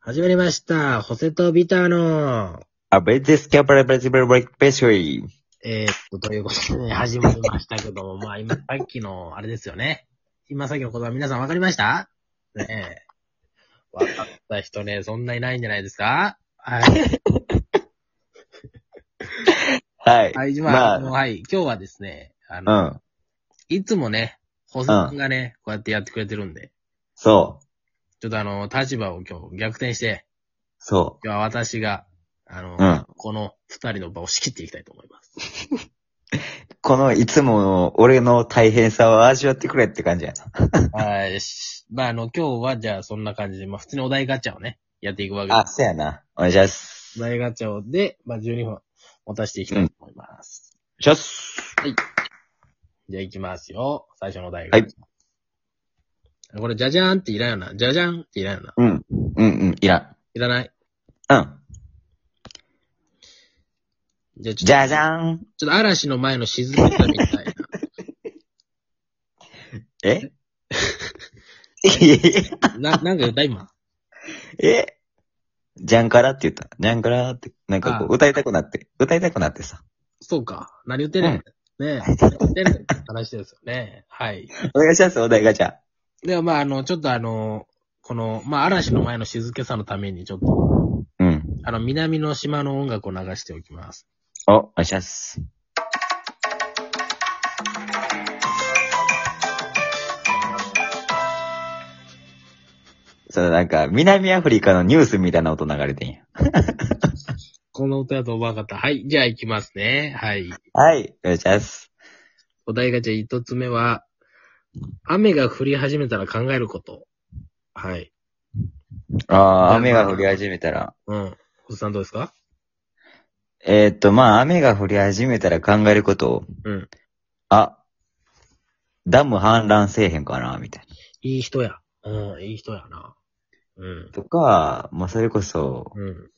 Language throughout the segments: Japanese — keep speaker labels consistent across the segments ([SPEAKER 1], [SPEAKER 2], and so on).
[SPEAKER 1] 始まりました。ホセとビターの、
[SPEAKER 2] A veces que para b r a z i l b r e a k Pastry。
[SPEAKER 1] えー、っと、ということで、ね、始まりましたけども、 まあ今、さっきの、あれですよね。今さっきの言葉皆さんわかりましたねえ。わかった人ね、そんないないんじゃないですかはい。
[SPEAKER 2] はい。
[SPEAKER 1] はい、じゃあ、
[SPEAKER 2] まあ
[SPEAKER 1] あのはい、今日はですね、あ
[SPEAKER 2] う
[SPEAKER 1] の、
[SPEAKER 2] ん。
[SPEAKER 1] いつもね、ホセさんがね、こうやってやってくれてるんで、
[SPEAKER 2] そう。
[SPEAKER 1] ちょっとあの、立場を今日逆転して、
[SPEAKER 2] そ
[SPEAKER 1] 今日は私が、あの、
[SPEAKER 2] うん
[SPEAKER 1] この二人の場を仕切っていきたいと思います。
[SPEAKER 2] う。このいつもの俺の大変さを味わってくれって感じや
[SPEAKER 1] はい。しまあ、あの、今日は、じゃあ、そんな感じで、まあ、普通にお題ガチャをね、やっていくわけ
[SPEAKER 2] な。あ、
[SPEAKER 1] です。
[SPEAKER 2] そうやな。お願いします。
[SPEAKER 1] お題ガチャをで、まあ、12分持たせていきたいと思います。
[SPEAKER 2] しゃっす。
[SPEAKER 1] じゃあ、いきますよ。最初のお題
[SPEAKER 2] は
[SPEAKER 1] ガ
[SPEAKER 2] い
[SPEAKER 1] チャ。これ、じゃじゃーんっていらんよな。じゃじゃーんっていらんよな。
[SPEAKER 2] うん。うんうん。いら
[SPEAKER 1] いらない。
[SPEAKER 2] ん。うん。
[SPEAKER 1] じゃあ、ちょっと、
[SPEAKER 2] じゃじゃーん。
[SPEAKER 1] ちょっと嵐の前の沈めたみたいな。
[SPEAKER 2] え
[SPEAKER 1] な、 なんか歌った今。
[SPEAKER 2] えじゃんからって言った。じゃんからって、なんかこう、歌いたくなって、歌いたくなってさ。
[SPEAKER 1] そうか。何言ってんねん。ねえ。言ってんねんって話ですよね。はい。
[SPEAKER 2] お願いします、お題ガチャ。
[SPEAKER 1] では、まあ、あの、ちょっとあの、この、まあ、嵐の前の静けさのために、ちょっと、
[SPEAKER 2] うん。
[SPEAKER 1] あの、南の島の音楽を流しておきます。
[SPEAKER 2] お、お願いします。そのなんか、南アフリカのニュースみたいな音流れてんや。
[SPEAKER 1] この歌だと思わなかった。はい。じゃあ行きますね。はい。
[SPEAKER 2] はい、お願いします。
[SPEAKER 1] お題ガチャ一つ目は、雨が降り始めたら考えること。はい。
[SPEAKER 2] ああ、雨が降り始めたら。
[SPEAKER 1] うん。おっさんどうですか
[SPEAKER 2] えーっと、まあ、雨が降り始めたら考えることを、
[SPEAKER 1] うん。
[SPEAKER 2] あ、ダム氾濫せえへんかな、みたい
[SPEAKER 1] いい人や。うん、いい人やな。うん
[SPEAKER 2] な。。とか、まあ、それこそ、
[SPEAKER 1] うん。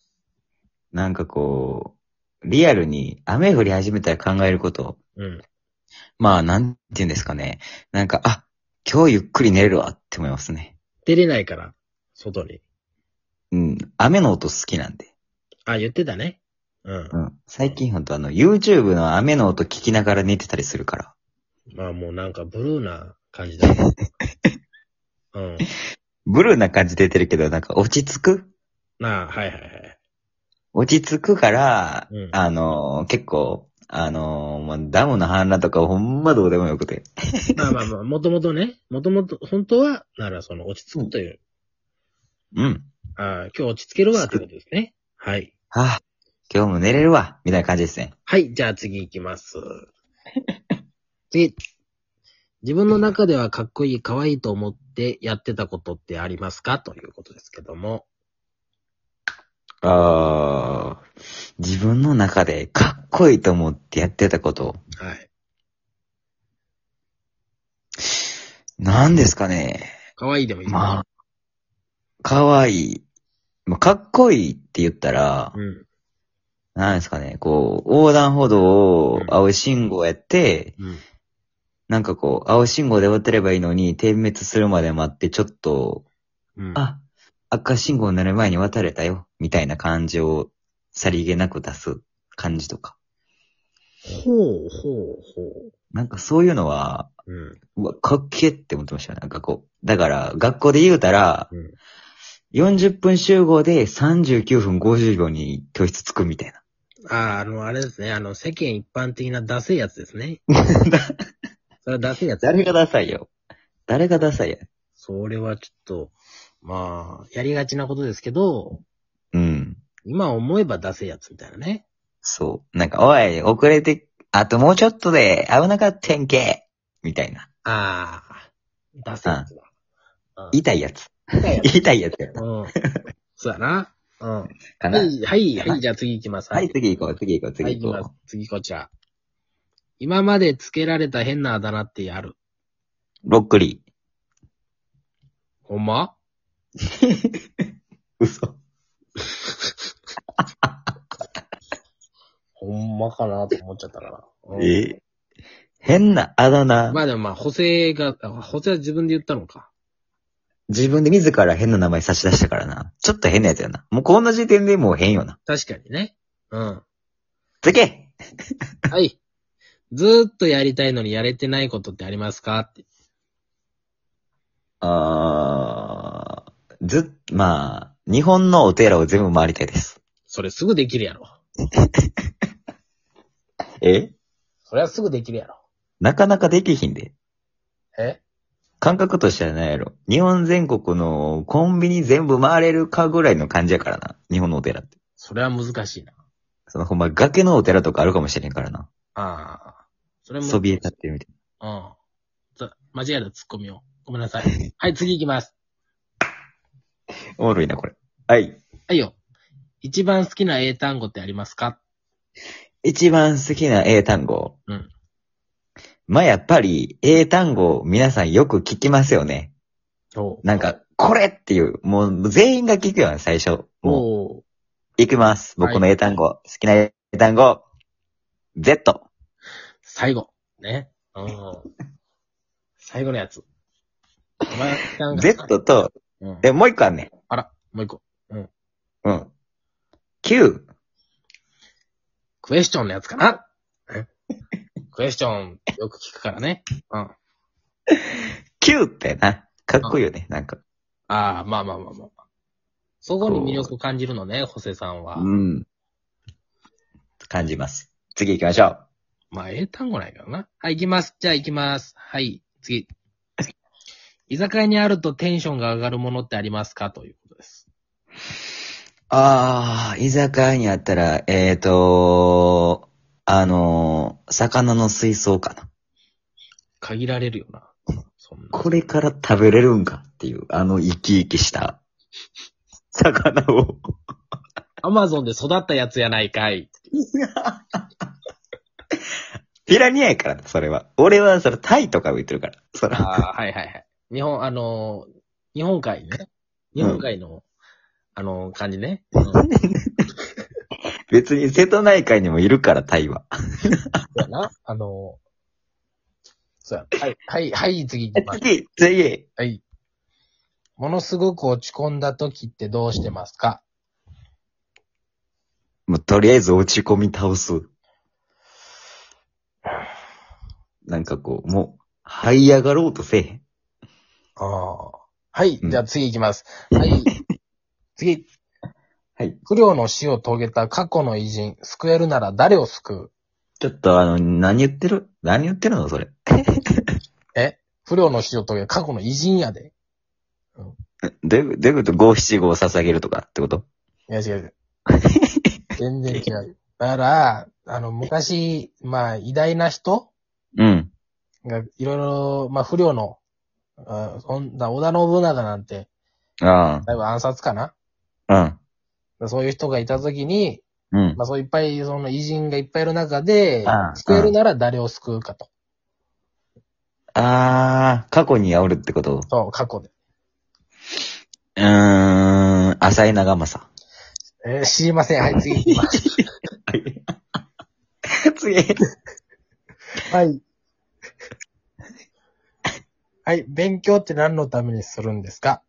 [SPEAKER 2] なんかこう、リアルに雨降り始めたら考えることを、
[SPEAKER 1] うん。
[SPEAKER 2] まあ、なんて言うんですかね。なんか、あ、今日ゆっくり寝れるわって思いますね。
[SPEAKER 1] 出れないから、外に。
[SPEAKER 2] うん。雨の音好きなんで。
[SPEAKER 1] あ、言ってたね。うん。
[SPEAKER 2] うん。最近ほんとあの、YouTube の雨の音聞きながら寝てたりするから。
[SPEAKER 1] まあもうなんかブルーな感じだ ね。うん。
[SPEAKER 2] ブルーな感じ出てるけど、なんか落ち着く
[SPEAKER 1] なあ、はいはいはい。
[SPEAKER 2] 落ち着くから、
[SPEAKER 1] うん
[SPEAKER 2] あのー結構、あのーもうダムの氾濫とかほんまどうでもよくて。
[SPEAKER 1] まあまあまあ、もともとね、もともと、本当は、ならその落ち着くという
[SPEAKER 2] うん。
[SPEAKER 1] ああ、今日落ち着けるわってことですね。はい。
[SPEAKER 2] はあ、今日も寝れるわ、みたいな感じですね。
[SPEAKER 1] はい、じゃあ次行き ます。次。自分の中ではかっこいい、可愛いと思ってやってたことってありますかということですけども。
[SPEAKER 2] ああ、自分の中でかっこいいと思ってやってたこと、
[SPEAKER 1] はい。
[SPEAKER 2] なんですかね。
[SPEAKER 1] 可愛いでもいいです
[SPEAKER 2] まあ、かわいい。まあ、かっこいいって言ったら、
[SPEAKER 1] うん。
[SPEAKER 2] なんですかね、こう、横断歩道を青信号やって、
[SPEAKER 1] うん。
[SPEAKER 2] なんかこう、青信号で渡ればいいのに、点滅するまで待って、ちょっと、
[SPEAKER 1] うん。
[SPEAKER 2] あ、赤信号になる前に渡れたよ、みたいな感じを、さりげなく出す感じとか。
[SPEAKER 1] ほうほうほ
[SPEAKER 2] なんかそういうのは、
[SPEAKER 1] う。うん。
[SPEAKER 2] うわ、かっけえって思ってましたよ。なんかこう。だから、学校で言うたら、
[SPEAKER 1] うん
[SPEAKER 2] 40分集合で39分50秒に教室着くみたいな。
[SPEAKER 1] ああ、あの、あれですね。あの、世間一般的なダセいやつです ね。それはダセいやつ。
[SPEAKER 2] 誰がダサいよ。誰がダサいや。
[SPEAKER 1] それはちょっと、まあ、やりがちなことですけど、
[SPEAKER 2] うん。
[SPEAKER 1] 今思えばダセいやつみたいなね。
[SPEAKER 2] そう。なんか、おい、遅れて、あともうちょっとで危なかったんけ。みたいな。
[SPEAKER 1] ああ、出せやつだ。うん
[SPEAKER 2] 痛いやつ。
[SPEAKER 1] 痛いや
[SPEAKER 2] 痛いやつや
[SPEAKER 1] つ。うん。そうやな。うん。は
[SPEAKER 2] かな。
[SPEAKER 1] い、はい、はい、じゃあ次行きます。
[SPEAKER 2] はい、次行こう、次行こう、次行
[SPEAKER 1] はい、行き
[SPEAKER 2] こ
[SPEAKER 1] ます。次こちら。今までつけられた変なあだ名ってある。
[SPEAKER 2] う。ロックリー。
[SPEAKER 1] ほんま
[SPEAKER 2] 嘘。
[SPEAKER 1] ほんまかなと思っちゃったから。うん
[SPEAKER 2] え変なあだ名。
[SPEAKER 1] まあでもまあ、補正が、あ補正は自分で言ったのか。
[SPEAKER 2] 自分で自ら変な名前差し出したからな。ちょっと変なやつやな。もうこんな時点でもう変よな。
[SPEAKER 1] 確かにね。うん。
[SPEAKER 2] つけ
[SPEAKER 1] はい。ずーっとやりたいのにやれてないことってありますかって。
[SPEAKER 2] あー、ず、まあ、日本のお寺を全部回りたいです。
[SPEAKER 1] それすぐできるやろ。
[SPEAKER 2] え
[SPEAKER 1] それはすぐできるやろ。
[SPEAKER 2] なかなかできひんで。
[SPEAKER 1] え
[SPEAKER 2] 感覚としてはないやろ。日本全国のコンビニ全部回れるかぐらいの感じやからな。日本のお寺って。
[SPEAKER 1] それは難しいな。
[SPEAKER 2] そのほんま崖のお寺とかあるかもしれんからな。
[SPEAKER 1] ああ。それも。
[SPEAKER 2] そびえ立ってるみたいな。
[SPEAKER 1] うん。ざ間違えたツッコミを。ごめんなさい。はい、次行きます。
[SPEAKER 2] おもろいな、これ。はい。
[SPEAKER 1] はいよ。一番好きな英単語ってありますか
[SPEAKER 2] 一番好きな英単語。
[SPEAKER 1] うん。
[SPEAKER 2] まあ、やっぱり、英単語、皆さんよく聞きますよね。
[SPEAKER 1] そう。
[SPEAKER 2] なんか、これっていう、もう全員が聞くよね、最初。もう、
[SPEAKER 1] おー
[SPEAKER 2] 行きます。僕の英単語、好きな英単語、Z。
[SPEAKER 1] 最後。ね。うん。最後のやつ。お前なんか
[SPEAKER 2] Z と、
[SPEAKER 1] うん。
[SPEAKER 2] え、もう一個あんね
[SPEAKER 1] あら、もう一個。
[SPEAKER 2] ん。うん。Q。
[SPEAKER 1] クエスチョンのやつかなえクエスチョン、よく聞くからね。うん。あ
[SPEAKER 2] Q ってな、かっこいいよね、なんか。
[SPEAKER 1] あ、まあまあまあまあ。そこに魅力を感じるのね、ホセさんは。
[SPEAKER 2] うん。感じます。次行きましょう。
[SPEAKER 1] まあ、英単語ないからな。はい、行きます。じゃあ行きます。はい、次。居酒屋にあるとテンションが上がるものってありますかということです。
[SPEAKER 2] ああ、居酒屋にあったら、えーと、あのー魚の水槽かな。
[SPEAKER 1] 限られるよな。そんな。
[SPEAKER 2] これから食べれるんかっていう、あの生き生きした、 魚を。
[SPEAKER 1] アマゾンで育ったやつやないかい。
[SPEAKER 2] ピラニアやからな、それは。俺は、それ、タイとか浮いてるから。そら。
[SPEAKER 1] ああ、はいはいはい。日本、あのー日本海ね。日本海の、あのー感じね。うん
[SPEAKER 2] 別に、瀬戸内海にもいるから、タイは。
[SPEAKER 1] そうやな。あのーそうや。はい、はい、はい、次行きます。
[SPEAKER 2] 次、次。
[SPEAKER 1] はい。ものすごく落ち込んだ時ってどうしてますか
[SPEAKER 2] もう、とりあえず落ち込み倒す。なんかこう、もう、這い上がろうとせえへん。
[SPEAKER 1] ああ。はい、
[SPEAKER 2] うん
[SPEAKER 1] じゃあ次行きます。 はい。次。
[SPEAKER 2] はい。
[SPEAKER 1] 不良の死を遂げた過去の偉人、救えるなら誰を救う
[SPEAKER 2] ちょっとあの、何言ってる何言ってるのそれ。
[SPEAKER 1] 不良の死を遂げた過去の偉人やで。
[SPEAKER 2] どういう、どういうこと五七五を捧げるとかってこと
[SPEAKER 1] いや違う違 う。全然違う。だから、あの、昔、まあ、偉大な人
[SPEAKER 2] うん。
[SPEAKER 1] が、いろいろ、まあ、不良の、あそんな織田信長なんて、
[SPEAKER 2] あ
[SPEAKER 1] だいぶ暗殺かな
[SPEAKER 2] あ。
[SPEAKER 1] そういう人がいたときに、
[SPEAKER 2] うん。うん。
[SPEAKER 1] まあ、そういっぱい、その偉人がいっぱいいる中で
[SPEAKER 2] あ、あ
[SPEAKER 1] 救えるなら誰を救うかと。
[SPEAKER 2] ああ、過去に煽るってこと
[SPEAKER 1] そう、過去で。
[SPEAKER 2] うーん、浅井長政。
[SPEAKER 1] えー知りません。 はい、次行きます。
[SPEAKER 2] 次。
[SPEAKER 1] はい。 はい、勉強って何のためにするんですか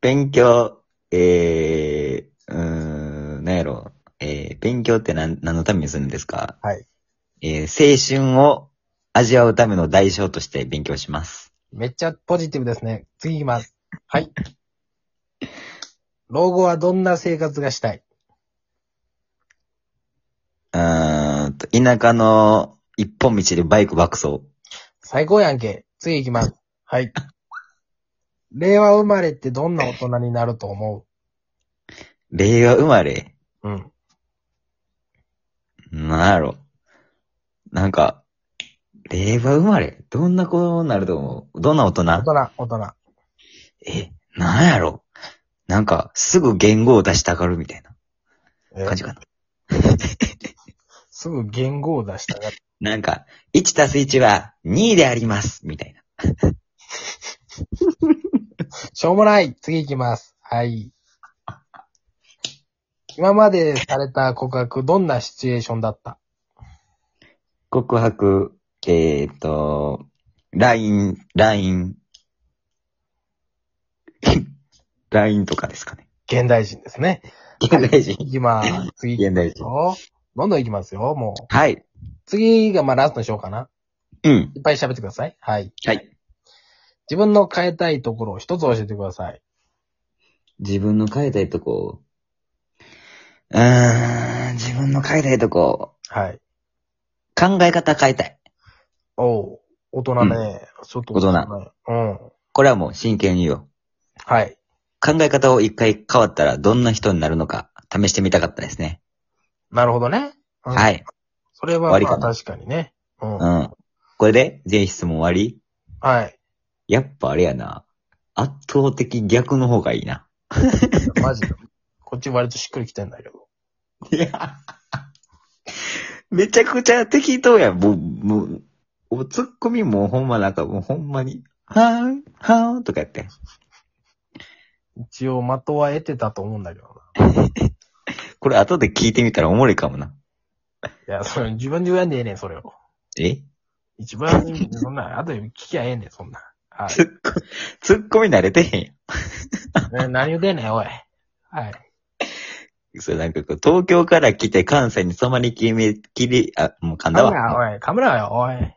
[SPEAKER 2] 勉強、えー、うーん、なんやろ。えー、勉強って何、何のためにするんですか
[SPEAKER 1] はい。
[SPEAKER 2] えー、青春を味わうための代償として勉強します。
[SPEAKER 1] めっちゃポジティブですね。次行きます。はい。老後はどんな生活がしたいう
[SPEAKER 2] ーんと、田舎の一本道でバイク爆走。
[SPEAKER 1] 最高やんけ。次行きます。 はい。令和生まれってどんな大人になると思
[SPEAKER 2] 令和生まれ。
[SPEAKER 1] ううん。
[SPEAKER 2] なんやろ。なんか、令和生まれどんな子になると思うどんな大
[SPEAKER 1] 大
[SPEAKER 2] 人
[SPEAKER 1] 人、大人。
[SPEAKER 2] え、なんやろ。なんか、すぐ言語を出したがるみたい
[SPEAKER 1] え
[SPEAKER 2] な感じかな。
[SPEAKER 1] すぐ言語を出したがる。
[SPEAKER 2] なんか、1たす1は2でありますみたいな。
[SPEAKER 1] しょうもない。次行きます。はい。今までされた告白、どんなシチュエーションだった
[SPEAKER 2] 告白、えっ、ー、と、LINE、LINE、 LINE とかですかね。
[SPEAKER 1] 現代人ですね。
[SPEAKER 2] 現代人。
[SPEAKER 1] いきま ーす。次行き
[SPEAKER 2] 現代
[SPEAKER 1] ます
[SPEAKER 2] 人。
[SPEAKER 1] よ。どんどん行きますよ、もう。
[SPEAKER 2] はい。
[SPEAKER 1] 次がまあラストにしようかな。
[SPEAKER 2] うん。
[SPEAKER 1] いっぱい喋ってください。はい。
[SPEAKER 2] はい。
[SPEAKER 1] 自分の変えたいところを一つ教えてください。
[SPEAKER 2] 自分の変えたいとこ。うーん、自分の変えたいとこ。
[SPEAKER 1] はい。
[SPEAKER 2] 考え方変えたい。
[SPEAKER 1] おう。大人ね。ちょっと大人ね。うん。
[SPEAKER 2] これはもう真剣に言おう。
[SPEAKER 1] はい。
[SPEAKER 2] 考え方を一回変わったらどんな人になるのか試してみたかったですね。
[SPEAKER 1] なるほどね。うん
[SPEAKER 2] はい。
[SPEAKER 1] それは、
[SPEAKER 2] 終わり
[SPEAKER 1] まあ
[SPEAKER 2] かな
[SPEAKER 1] 確かにね。うん。
[SPEAKER 2] う
[SPEAKER 1] は
[SPEAKER 2] ん。これで全質問終わり
[SPEAKER 1] い。
[SPEAKER 2] やっぱあれやな。圧倒的逆の方がいいな。
[SPEAKER 1] マジで。こっち割としっくりきてんだけど。
[SPEAKER 2] いや。めちゃくちゃ適当やん。もう、もう、おツッコミもほんまなんかもうほんまに、はーん、はーんとかやって。
[SPEAKER 1] 一応的は得てたと思うんだけど
[SPEAKER 2] これ後で聞いてみたらおもろいかもな。
[SPEAKER 1] な。いや、それ自分で言わんでええねん、それを。
[SPEAKER 2] え
[SPEAKER 1] 一番、そんな、 後で聞きゃええねん、そんな。はい。
[SPEAKER 2] ツッコ、ツッコミ慣れてへんや
[SPEAKER 1] ね何言うてんねん、おい。はい。
[SPEAKER 2] ん。それなんかこう、東京から来て関西に染まりきめ、きり、あ、もう噛んだ
[SPEAKER 1] カメ
[SPEAKER 2] わ。
[SPEAKER 1] ラ、おい、カメラよ、おい。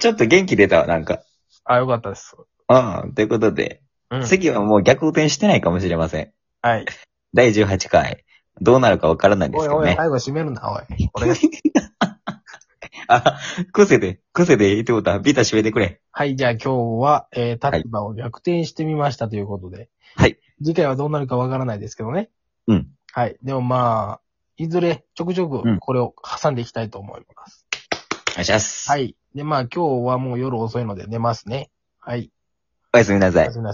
[SPEAKER 2] ちょっと元気出たわ、なんか。
[SPEAKER 1] あ、よかったです。
[SPEAKER 2] うん、ということで、
[SPEAKER 1] うん。
[SPEAKER 2] 次はもう逆転してないかもしれません。
[SPEAKER 1] はい。
[SPEAKER 2] 第18回、どうなるかわからないで
[SPEAKER 1] お
[SPEAKER 2] す
[SPEAKER 1] い
[SPEAKER 2] けど
[SPEAKER 1] おい、
[SPEAKER 2] ね。
[SPEAKER 1] 最後閉めるな、おい。俺が
[SPEAKER 2] あ、癖で、癖でいいってことは、ビタ締めてくれ。
[SPEAKER 1] はい、じゃあ今日は、えー、立場を逆転してみましたということで。
[SPEAKER 2] はい。
[SPEAKER 1] 次回はどうなるかわからないですけどね。
[SPEAKER 2] うん。
[SPEAKER 1] はい。でもまあ、いずれちょくちょく
[SPEAKER 2] うん
[SPEAKER 1] これを挟んでいきたいと思います。
[SPEAKER 2] お願いします。
[SPEAKER 1] はい。で、まあ今日はもう夜遅いので寝ますね。はい。
[SPEAKER 2] おやすみな
[SPEAKER 1] お
[SPEAKER 2] さい
[SPEAKER 1] や。すみなさい